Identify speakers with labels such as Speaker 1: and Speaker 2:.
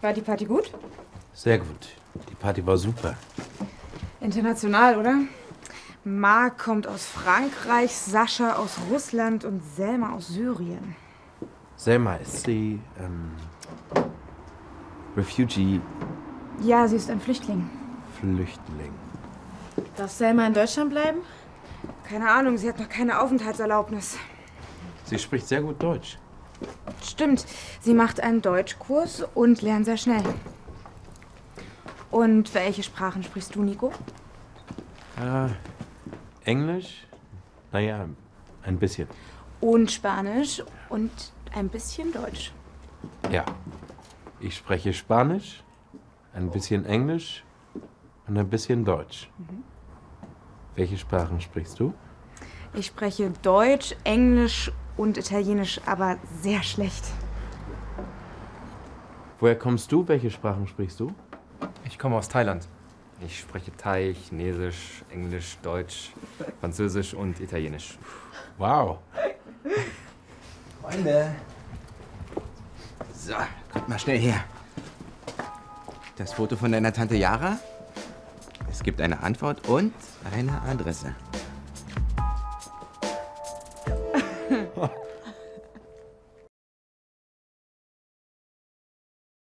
Speaker 1: War die Party gut?
Speaker 2: Sehr gut. Die Party war super.
Speaker 1: International, oder? Marc kommt aus Frankreich, Sascha aus Russland und Selma aus Syrien.
Speaker 2: Selma ist sie, ähm, Refugee,
Speaker 1: Ja, sie ist ein Flüchtling.
Speaker 2: Flüchtling.
Speaker 3: Darf Selma in Deutschland bleiben?
Speaker 1: Keine Ahnung, sie hat noch keine Aufenthaltserlaubnis.
Speaker 2: Sie spricht sehr gut Deutsch.
Speaker 1: Stimmt, sie macht einen Deutschkurs und lernt sehr schnell. Und welche Sprachen sprichst du, Nico?
Speaker 2: Äh, Englisch? Naja, ein bisschen.
Speaker 1: Und Spanisch und ein bisschen Deutsch.
Speaker 2: Ja. Ich spreche Spanisch, ein bisschen Englisch und ein bisschen Deutsch. Welche Sprachen sprichst du?
Speaker 1: Ich spreche Deutsch, Englisch und Italienisch, aber sehr schlecht.
Speaker 2: Woher kommst du? Welche Sprachen sprichst du?
Speaker 4: Ich komme aus Thailand.
Speaker 5: Ich spreche Thai, Chinesisch, Englisch, Deutsch, Französisch und Italienisch.
Speaker 2: Wow.
Speaker 6: Freunde. So, kommt mal schnell her. Das Foto von deiner Tante Yara. Es gibt eine Antwort und eine Adresse.